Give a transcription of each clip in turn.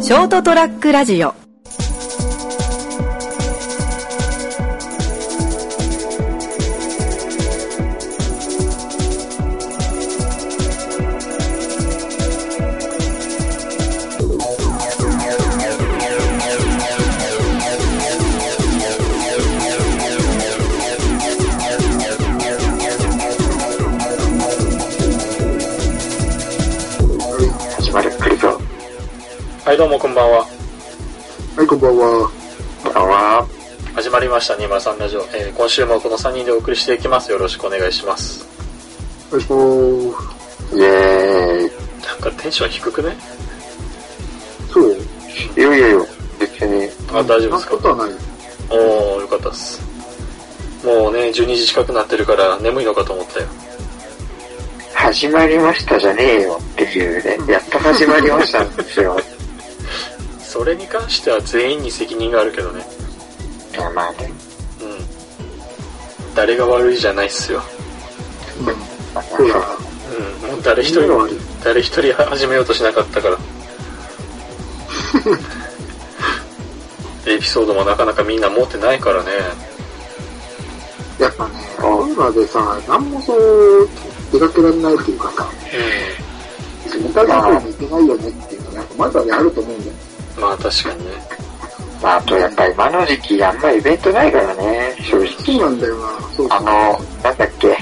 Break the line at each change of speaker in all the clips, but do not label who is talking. ショートトラックラジオ
始まる来るぞ
はい、どうもこんばんは。
はい、こんばんは。
こんばんは
始まりました、203ラジオ。えー今週もこの3人でお送りしていきます。よろしくお願いします。
お願いしま
イエー
なんかテンション低くね
す。そうよ。
イいよいよいよ別に
あ、大丈夫です
なんこと
か
はない。
おー、よかったっす。もうね、12時近くなってるから眠いのかと思ったよ。
始まりましたじゃねえよっていうねやっと始まりましたんです よ
それに関しては全員に責任があるけどね。
まあまあね
うん。誰が悪いじゃないっすよ。
うん。
まあまあ
そうだ。
うん、もう誰一人
みんなが悪い、
誰一人始めようとしなかった から。エピソードもなかなかみんな持ってないからね。
やっぱね、コロナでさ、なんもそう、出かけられないっていうかさ、
うん。
イタリアに行けないよねっていうのは、なんかまだね、あると思うんだよ。
まあ確かにね。
まああとやっぱり今の時期あんまイベントないからね正
そう
直
なんだよな。そうそ
あ
う。
のなんだっけ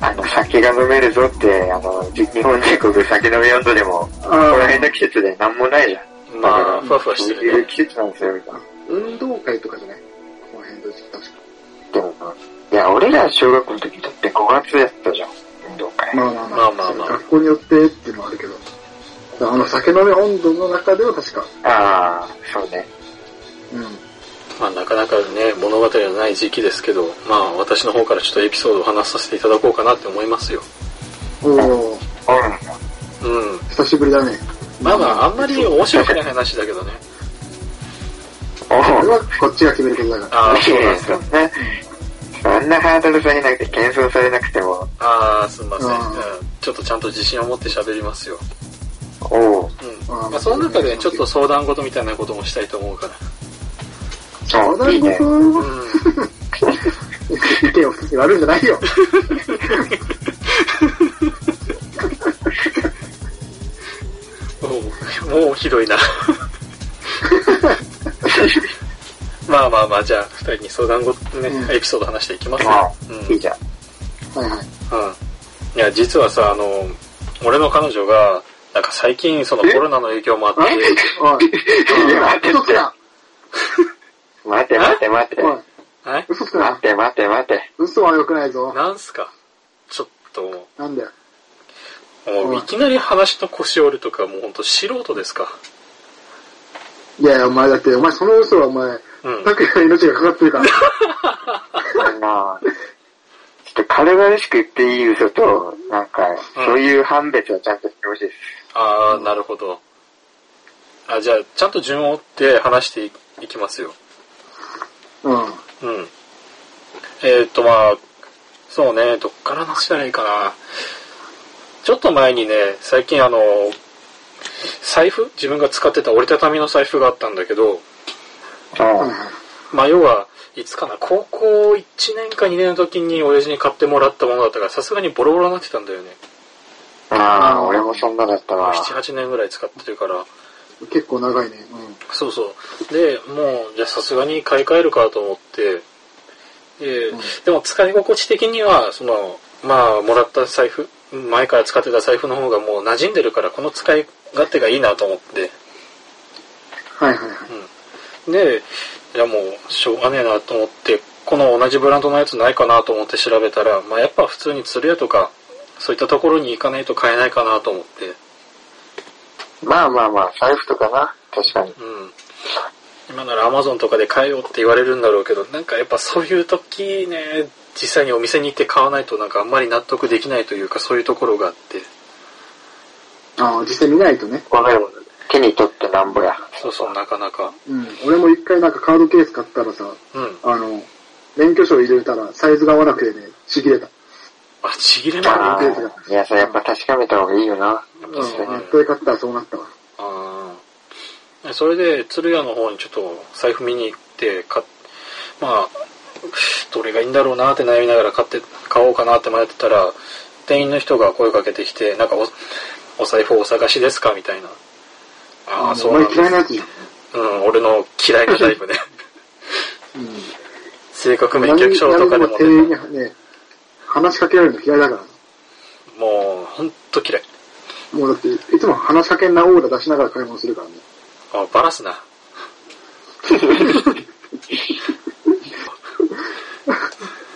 あの酒が飲めるぞってあのじ日本全国酒飲み温度でもこ
あ
の
ー
辺の季節でなんもないじゃん
まあ、ふわふわ
そ
し
う
て
い
る
う
ね。
季節なんですよ今
運動会とかじゃないこの辺で確か。
でも、いや、俺ら小学校の時だって5月やったじゃん、運動会。
まあまあ
ま
ま
あ
あ。
まあまあ
学校によってっていうのはあるけど。あの、酒飲み温度の中では確か。
ああ、そうね。
うん。
まあなかなかね、物語のない時期ですけど、まあ私の方からちょっとエピソードを話させていただこうかなって思いますよ。
おー、
う
うん。
久しぶりだね。
まあまあ、あんまり面白くない話だけどね。
ん。お
これ
お。
はこっちが決めることだから。
ああ、 そうなんで す
そ
か。
んな、そんなハードル下げなくて、謙遜されなくても、
ああ、すんません。う
うん
んちょっとちゃんと自信を持って喋りますよ。
おお。
うん。
あー
まあその中でちょっと相談事みたいなこともしたいと思うから。
相
そう、い
談
いね。
う
事
ん。
意見を聞き悪いんじゃないよ。
もう、もうひどいな。 まあまあまあ、じゃあ、二人に相談ご、ね、
うん
エピソード話していきます
ああ
よ。うん。、
いいじゃん。
はいはい。
うん。いや、実はさ、あの、俺の彼女が、なんか最近、そのコロナの影響もあって、
おい、嘘つくな。
待て待て待て。
おい、
はい
嘘つく
待
な。
て待て待て。
嘘は良くないぞ。
なんすかちょっとも
なんだよ。
う、もう
うん
いきなり話の腰折るとか、もうほんと素人ですか。
いやいや、お前だって、お前その嘘はお前、
うん。
拓也の命がかかってるから。
あの、ちょっと軽々しく言っていい嘘と、なんか、そういう判別をちゃんとしてほしいです。
ああ、なるほど。あ、じゃあ、ちゃんと順を追って話していいきますよ。
うん。
うん。えーっと、まあ、そうね、どっから話したらいいかな。ちょっと前にね、最近あの、財布自分が使ってた折りたたみの財布があったんだけど、
はい
あ
はい。
まあ要は、いつかな、高校1年か2年の時に親父に買ってもらったものだったから、さすがにボロボロになってたんだよね。
あ、ああ、俺もそんなだったわ。
7、8年ぐらい使ってるから。
結構長いね。
そうそう。で、もう、じゃあさすがに買い替えるかと思って、で、
うん
でも使い心地的には、その、まあ、もらった財布、前から使ってた財布の方がもう馴染んでるから、この使い勝手がいいなと思って、
うん。はいはいはい。
で、じゃあもう、しょうがねえなと思って、この同じブランドのやつないかなと思って調べたら、まあやっぱ普通に鶴屋とか、そういったところに行かないと買えないかなと思って、
まあまあまあ、財布とかな。確かに。
うん。今なら Amazon とかで買えよって言われるんだろうけど、なんかやっぱそういう時ね、実際にお店に行って買わないとなんかあんまり納得できないというかそういうところがあって。
ああ、実際見ないとね。
わかるもんね。手に取ってなんぼや。
そうそう、なかなか。
うん。俺も一回なんかカードケース買ったらさ、
うん。
あの、免許証入れたらサイズが合わなくてね、ちぎれた。
あ、ちぎれない。
あ
あ
びっくり
あ、いや、それやっぱ確かめた方がいいよな。
うん。
そうね
絶対買ったらそうなったわ。
あそれで鶴屋の方にちょっと財布見に行って買っまあどれがいいんだろうなって悩みながら買って買おうかなって迷ってたら店員の人が声かけてきてなんかおお財布お探しですかみたいなああそう
お
なん
前嫌いな
で
やつじゃん。
すうん俺の嫌いなタイプね
うん。
性格免許証とかでも
何に
ね
も店員にね、話しかけられるの嫌いだから。
もうほんと嫌い
もうだって、いつも話しかけんなオーラ出しながら買い物するからね。
あバラすな
ね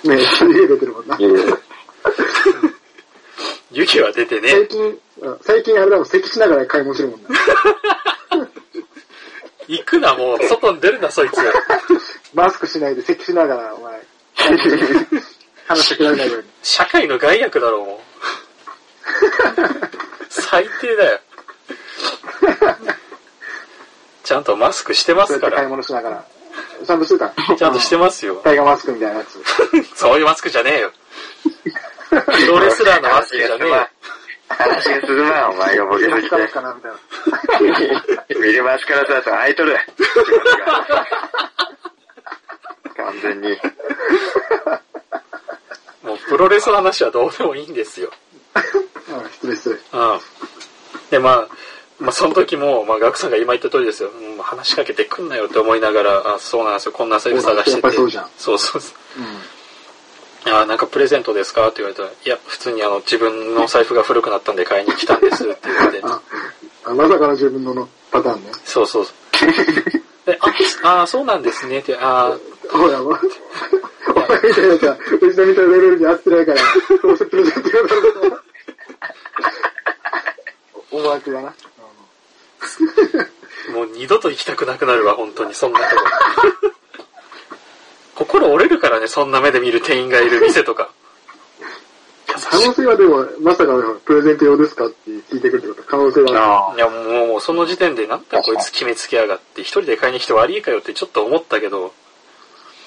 え、家出てるもんな。
いやいや
湯気は出てね
最近、あ最近あれだもん、咳しながら買い物するもんな。
行くなもう外に出るなそいつ
マスクしないで咳しながら、お前、話しかけられないように。
社会の害悪だろうもう最低だよちゃんとマスクしてま
そう
す
や
か
って買い
ら
物しながら。ちゃんとしてた
ちゃんとしてますよ
タイガーマスクみたいなやつ。
そういうマスクじゃねえよプロレスラーのマスクじゃねえよ
話が進むな、お前がボケすぎて
疲。れかなみたいな。
見るマスカラさんとアイドルだ。完全に。
もうプロレスの話はどうでもいいんですよ
うん、失礼失礼。
うんでまあまあ、その時も、まあ、ガクさんが今言った通りですよ。うん、話しかけてくんなよって思いながら、あ、そうなんですよ。こんな財布探してて。
やっぱりそうじゃん
そうそうそう。あーなんかプレゼントですかって言われたら、いや、普通にあの、自分の財布が古くなったんで買いに来たんですって言って、
あ、あまさかの自分ののパターンね。
そうそうそう。で、あ、あーそうなんですねって、あー
ほら、もう、お前みたいなやつは、うちのみたいなレベルに合ってないから、そう説明してくれたら。思惑だな。
もう二度と行きたくなくなるわ、本当に、そんなとこ。 心折れるからね、そんな目で見る店員がいる店とか。
可能性はでも、まさかのプレゼント用ですかって聞いてくるってこと。可能性は。
あ
いや、もう、その時点でなんだこいつ決めつけやがって、一人で買いに来て悪いかよってちょっと思ったけど、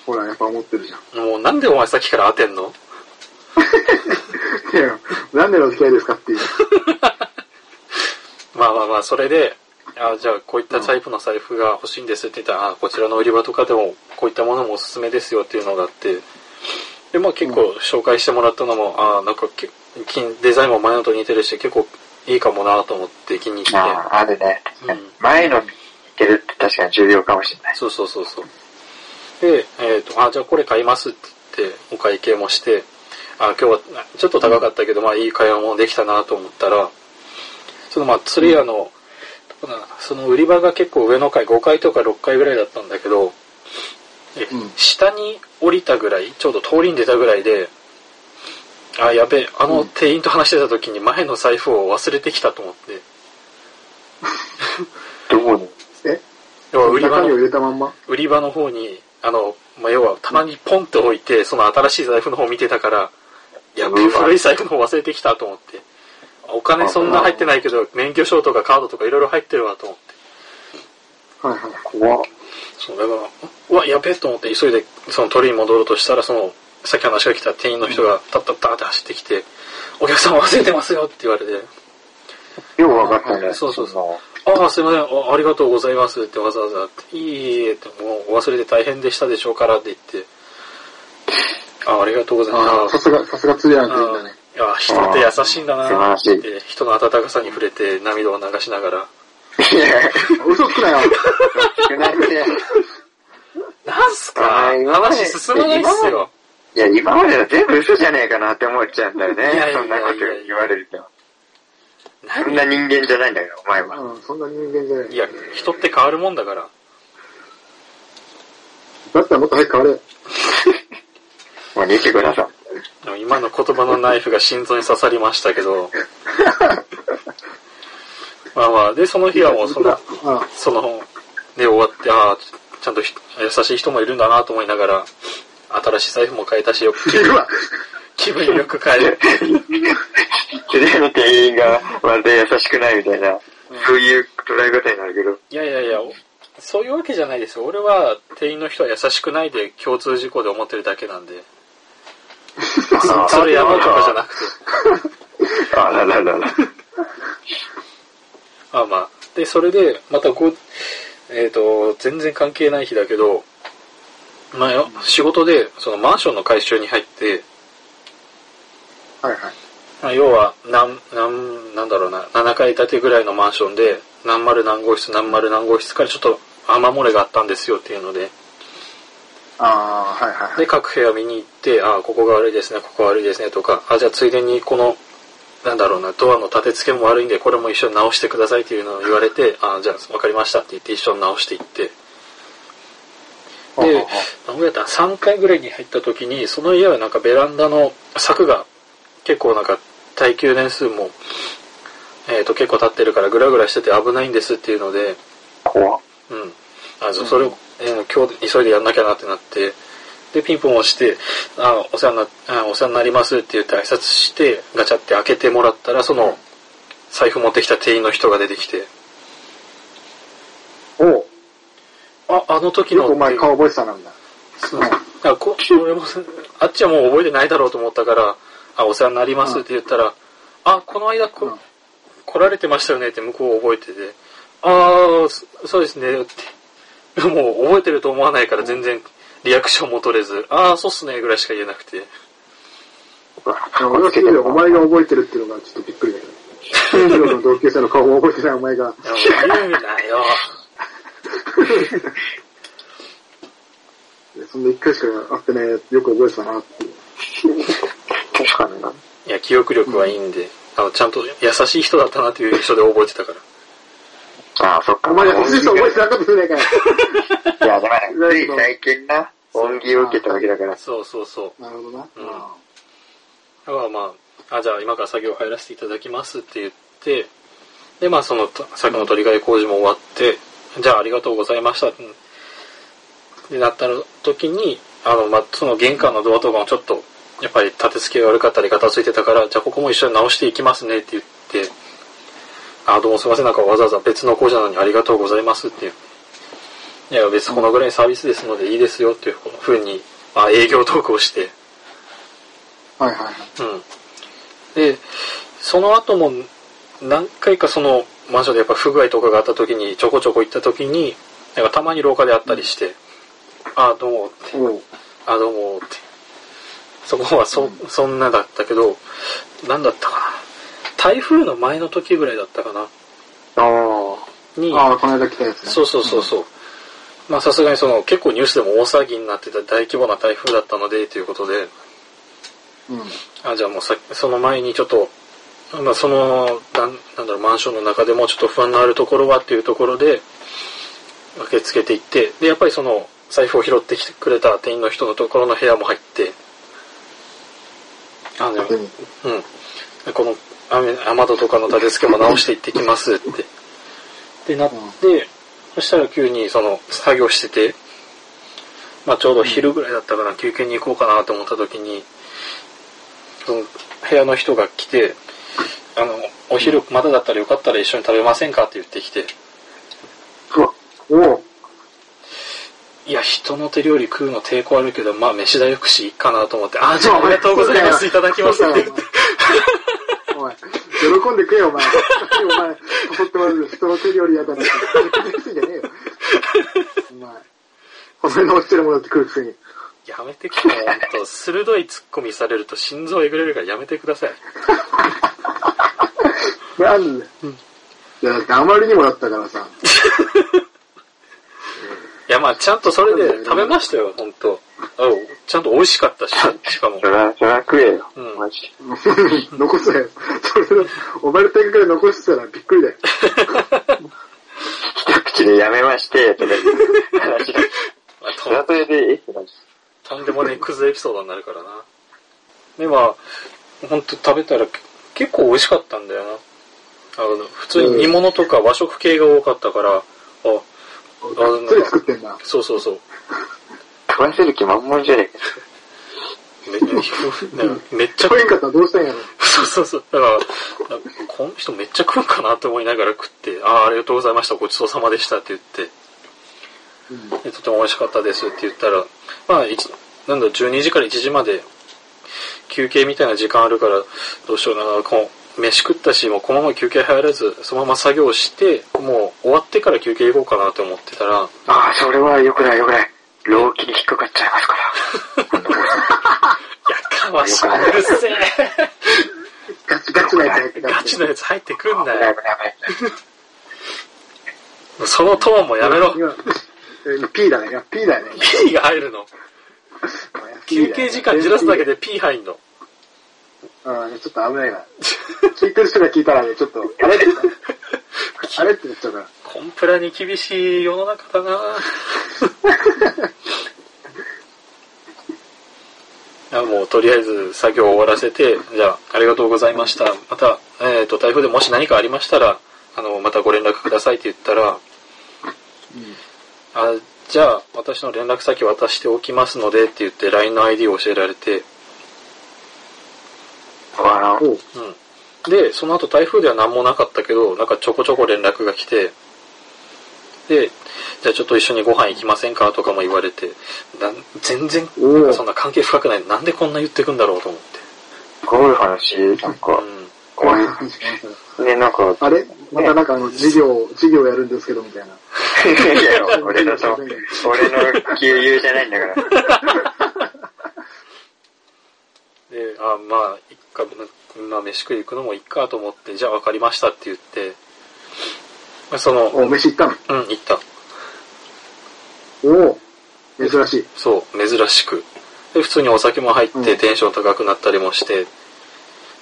ほら、やっぱ思ってるじゃん。
もうなんでお前さっきから当てんの
いや、なんでの付き合いですかっていう。
まあまあまあ、それで、あじゃあこういったタイプの財布が欲しいんですって言ったら、あこちらの売り場とかでもこういったものもおすすめですよっていうのがあって、で、まあ結構紹介してもらったのも、あなんかけ金デザインも前のと似てるし、結構いいかもなと思って気に入って、
ああ、あるね。
うん
前の見てるって確かに重要かもしれない。
そうそうそうそう。で、えっ、と、あじゃあこれ買いますって言って、お会計もして、あ今日はちょっと高かったけど、まあいい買い物できたなと思ったら、そのまあ釣り屋の、どこだその売り場が結構上の階、5階とか6階ぐらいだったんだけど、え
うん
下に降りたぐらい、ちょうど通りに出たぐらいで、あ、やべえ、あの店員と話してた時に前の財布を忘れてきたと思って、
どこに
え
要は売り場
中
の
身を入れたまんま
売り場の方に、あの、まあ、要は棚にポンって置いて、その新しい財布の方見てたから、いや、
うわ
古い財布の方忘れてきたと思って。お金そんな入ってないけど、免許証とかカードとかいろいろ入ってるわと思って。
はいはい。
怖っ
そう、だから、うわ、やべえと思って急いでその取りに戻ろうとしたら、その、さっき話が来た店員の人が、タッタッタって走ってきて、お客さん忘れてますよって言われて、
よう分かったね。
そうそうそう
そ
ああ、すいませんあ、ありがとうございますってわざわざって、いえいえって、もうお忘れて大変でしたでしょうからって言って、あありがとうござい
ああ、
ます
さ。すが、さすが釣り屋の店
あ
だね。
いや、人って優しいんだな
あー素晴
ー
ら
って、人の温かさに触れて涙を流しながら、
う。いや、
嘘つくなよ。
少ない ね。
なんすか
あー今まで
話進まないっすよ。
いや、今までの全部嘘じゃねえかなって思っちゃうんだよ
いやいや
ね。
いや
そんなこと言われると。そん
何
な人間じゃないんだよ、お前は。
うん、そんな人間じゃない。
いや、人って変わるもんだから。
だったらもっと早く変われ。
もう見てください。
でも今の言葉のナイフが心臓に刺さりましたけど。まあまあ、で、その日はもうその、
あ
その、で終わって、ああ、ちゃんとひ優しい人もいるんだなと思いながら、新しい財布も買えたし、よ
あ、い るわ。
気分よく帰る。
釣りの店員がまるで優しくないみたいな、そういう捉え方になるけど。
いやいやいや、おそういうわけじゃないですよ。俺は店員の人は優しくないで共通事項で思ってるだけなんで。
あ
それやろうとかじゃなくて。
あらららら。
まあまあ。で、それで、またご、えっ、と、全然関係ない日だけど、前、仕事で、そのマンションの改修に入って、
はいはい。
まあ、要は、なん、なん、なんだろうな、7階建てぐらいのマンションで、何丸何号室、何丸何号室からちょっと雨漏れがあったんですよっていうので、
ああ、はいはいは
で、
い。
各部屋見に行って、ああ、ここが悪いですね、ここ悪いですねとか、あじゃあついでにこの、なんだろうな、ドアの立て付けも悪いんで、これも一緒に直してくださいっていうのを言われて、ああ、じゃあわかりましたって言って一緒に直していって、
ほうほう
で、何回やった3階ぐらいに入った時に、その家はなんかベランダの柵が結構なんか耐久年数も、えっ、と結構経ってるからグラグラしてて危ないんですっていうので、
怖っ
うん。あ、そうそれを、えー今日急いでやんなきゃなってなって、で、ピンポン押して、あ、お世話にな、あお世話になりますって言って挨拶して、ガチャって開けてもらったら、その、財布持ってきた店員の人が出てきて、
おう
あ、あの時
よ
の
くお前顔覚えてたな、みたいな。
そう。あ、こ、俺も、あっちはもう覚えてないだろうと思ったから、あ、お世話になりますって言ったら、あ、この間こ、
うん
来られてましたよねって向こう覚えてて、ああ、そそうですねって。もう覚えてると思わないから全然リアクションも取れず、ああ、そうっすねぐらいしか言えなくて。
俺はすごいお前が覚えてるっていうのがちょっとびっくりだけど。ヒーローの同級生の顔も覚えてないお前が。
い やもう言うなよ。
いやそんな一回しか会ってね、よく覚えてたなっていう。
確かにな。
いや、記憶力はいいんで、あの、ちゃんと優しい人だったなという印象で覚えてたから。
ああ、そっか。
お前優しい人覚えてなかったじゃないかよ。
いや、だ から、つい最近な、恩義を受けたわけだから。
そうそうそう。
なるほどな。
うんだからまあ、あ、じゃあ今から作業入らせていただきますって言って、で、まあそのと作の取り替え工事も終わって、じゃあありがとうございましたってなった時に、あの、まあその玄関のドアとかもちょっと、やっぱり立て付けが悪かったり、片付いてたから、じゃあここも一緒に直していきますねって言って、あ、どうもすいません、なんかわざわざ別の工事なのにありがとうございますっていう。いや、別にこのぐらいのサービスですのでいいですよっていうふうに、まあ営業トークをして、
はいはいはい。
うん。で、その後も何回かそのマンションでやっぱ不具合とかがあった時にちょこちょこ行った時に、なんかたまに廊下であったりして、あ、どうもって、
おう
あ、どうもって。そこはそ、そんなだったけど、なんだったかな。台風の前の時ぐらいだったかな。
おー。
に、
ああ、この間来たやつね。
そうそうそうそう。まあさすがにその結構ニュースでも大騒ぎになってた大規模な台風だったのでということで、
うん。うん。
あじゃあもうさその前にちょっと、まあ、そのなんなんだろうマンションの中でもちょっと不安のあるところはっていうところで受け付けていってでやっぱりその財布を拾ってきてくれた店員の人のところの部屋も入ってあの、
勝手に。
うん、この雨雨戸とかの立て付けも直していってきますってでなって、そしたら急にその作業してて、まあ、ちょうど昼ぐらいだったから休憩に行こうかなと思った時にその部屋の人が来て「あのお昼まだだったらよかったら一緒に食べませんか?」って言ってきて
うわ、おう
「いや人の手料理食うの抵抗あるけどまあ飯代よくしいいかな」と思って「あじゃあありがとうございますいただきます」って言って。
おい、喜んでくれよ、お前。お前、怒ってます人の手料理やだなって。 別にじゃねえよ。お前、細いの落ちてるものって食うくせに。
やめてくれ、ほんと。鋭い突っ込みされると心臓えぐれるからやめてください。
なんで、いや、だってあまりにもだったからさ。
いや、まあちゃんとそれで食べましたよ、ほんと。あのちゃんと美味しかったし、し かも
そ。ら、そら食えよ。
うん
マジで。
残すなよ。それ、お前の手から残してたらびっくりだよ。
一口でやめまして、とか言 う話が。
まあ
それは
と
それで、えって感じ。
とんでもねえクズエピソードになるからな。で、まあ、ほんと食べたらけ結構美味しかったんだよな。あの、普通に煮物とか和食系が多かったから、あ、
がっつり作ってんな。
そうそうそう。
食わせる気満々じゃねえか。
めめっちゃ
食えんかったらどうしたんやろ。
そうそうそう。だから、この人めっちゃ食うかなと思いながら食って、ああ、ありがとうございました、ごちそうさまでしたって言っ
うん
て、でとても美味しかったですって言ったら、まあ、一なんだろう、12時から1時まで休憩みたいな時間あるから、どうしような、こう飯食ったし、もうこのまま休憩入らず、そのまま作業して、もう終わってから休憩行こうかなと思ってたら、
ああ、それは良くない良くない。老期に引っかかっちゃいますから。
やかましい。うるせ
ガチガチなやつ入って
え。ガチのやつ入ってくん
危
な
ない
よ。
危ない危ない。
そのトーンもやめろ。
今今 P だね。今 P だね。
P が入るの。休憩時間じらすだけ
で。
で P 入んの。
うん、ちょっと危ないな。聞いてる人が聞いたらね、ちょっと、あれって、あれってなっちゃうから。
コンプラに厳しい世の中だ なあもうとりあえず作業を終わらせて、じゃあ、ありがとうございました。また、えっ、と、台風でもし何かありましたら、あの、またご連絡くださいって言ったら、あじゃあ、私の連絡先渡しておきますのでって言って、LINE の ID を教えられて、
あの、
おう
うん。で、その後台風では何もなかったけど、なんかちょこちょこ連絡が来て、で、じゃあちょっと一緒にご飯行きませんかとかも言われて、なん全然、
おう
なんかそんな関係深くない。なんでこんな言ってくんだろうと思って。
すごい話、なんか、こ
怖
う
い
い
話かなそれ
う、ね、なんか、
あれまたなんかあの、授業、授業やるんですけど、みたいな。
いやいや俺だと、俺の旧友じゃないんだから。
で、あ、まあ、いっか、まあ、飯食い行くのもいっかと思って、じゃあ分かりましたって言って、まあその、
お、飯行ったの
うん、行った。
おお珍しい。
そう、珍しく。で、普通にお酒も入っ
うん
てテンション高くなったりもして、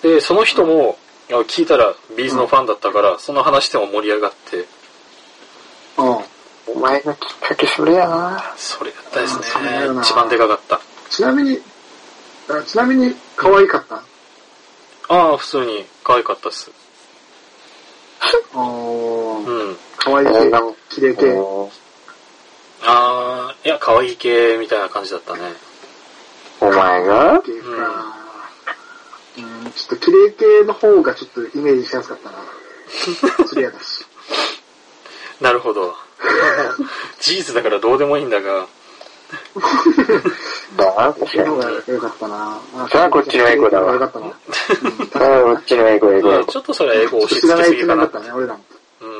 で、その人も、いや聞いたらビーズのファンだったから、その話でも盛り上がって、
うん。
お前のきっかけそれやな
それやったですね
あそうだよ。な
一番でかかった。
ちなみに、あちなみに、可愛かった
ああ、普通に可愛かったっす。
お
う
ー
ん。
可愛い系、綺麗系。
お
ああ、いや、可愛い系みたいな感じだったね。
お前が
系か。うん、ちょっと綺麗系の方がちょっとイメージしやす かったな。釣り屋だし。
なるほ ど。事実だからどうでもいいんだが、
だな、確
そ
か
の方
に。
が良かったな。
それはこっちのエゴだわ
良かったな。うん
ああ、こっちの英語、英語。
うんちょっとそれは英語を押し
知
付
ら
け
な
す
い
ぎ
つ
か
な
な
だ
っ
ってた。ね、俺らも。
うん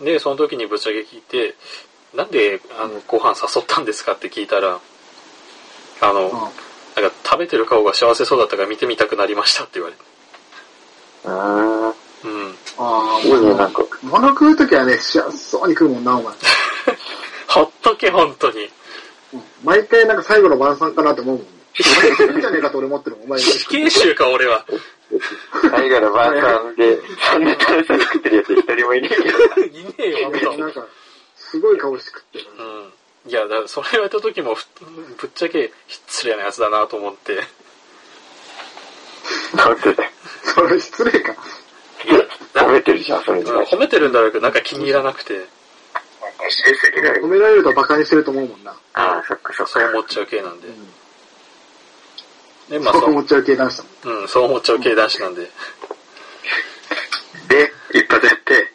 う。ん
で、その時にぶっちゃけ聞いて、なんで、あの、ご飯誘ったんですかって聞いたら、あの、なんか食べてる顔が幸せそうだったから見てみたくなりましたって言われて。
うん。
うん。
ああ、
いいね、なんか。
物食うときはね、幸せそうに食うもんな、お前。
ほっとけ、本当に。
うん毎回なんか最後の晩餐かなって思うもんね。お前いいんじゃねえかと俺思ってるもん、お前。
死刑囚か、俺は。
最後の晩餐で、そんな楽しそうに食ってるやつ一人もいないけど。
いねえよ、本
なんか、すごい顔して食ってる。
当。うん。いや、だからそれ言われた時も、ふぶっちゃけ失礼なやつだなと思って。
なんでだよ。
それ失礼か。
食べてるじゃん、それで。
うん褒めてるんだろうけど、なんか気に入らなくて、
褒められると馬鹿にしてると思うもんな。
ああ、そっかそっか。
そう思っちゃう系なんで。で、まあ、
そう
そ
思っちゃう系男子だもん。
う、うん、そう思っちゃう系男子なんで。
で、一発やって、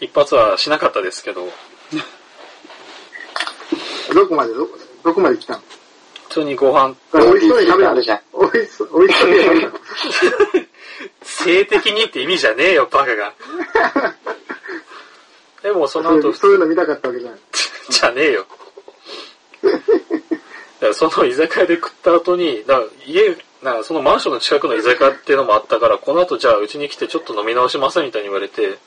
一発はしなかったですけど、
どこまで、どこどこまで来たの
普通にご飯、
美味しそうに食べた
あるじゃん。
美味しそう、美味しそうに食べた。
性的にって意味じゃねえよ、バカが。でもその
そうい
後
う、そういうの見たかったわけじゃない。
じゃねえよ。だからその居酒屋で食った後に、だから家、なんかそのマンションの近くの居酒屋っていうのもあったから、この後じゃあうちに来てちょっと飲み直しますみたいに言われて、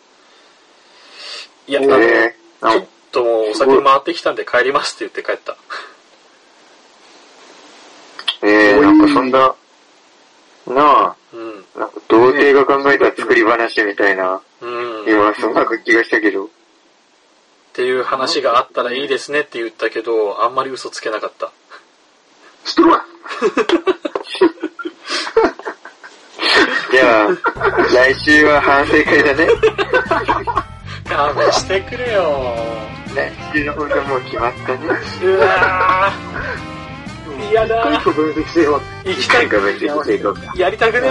いや、あの、
えー
ちょっともうお酒回ってきたんで帰りますって言って帰った。
えー、なんかそんな、な
うん。
あ、なんか童貞が考えた作り話みたいな、
うん。
今、そんな気がしたけど、
っていう話があったらいいですねって言ったけど、あんまり嘘つけなかった。
知っとるわ
じゃあ、来週は反省会だね。
勘弁してくれよ
来週のこともう決まったね。
うわー嫌
一個
だ
一個分析してよかっ
行きたい
が別に成功だ。
やりたくね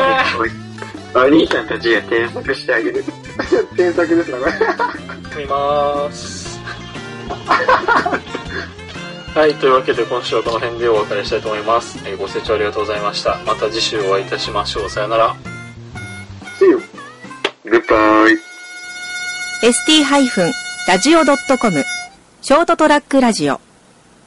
お兄さんたちが添削してあげる。
た。 添削ですな、これ。
え見まーすはい、というわけで今週はこの辺でお別れしたいと思います。えーご清聴ありがとうございました。また次週お会いいたしましょう。さよなら。
See you.
グッバイ。
ST-radio.com ショートトラックラジオ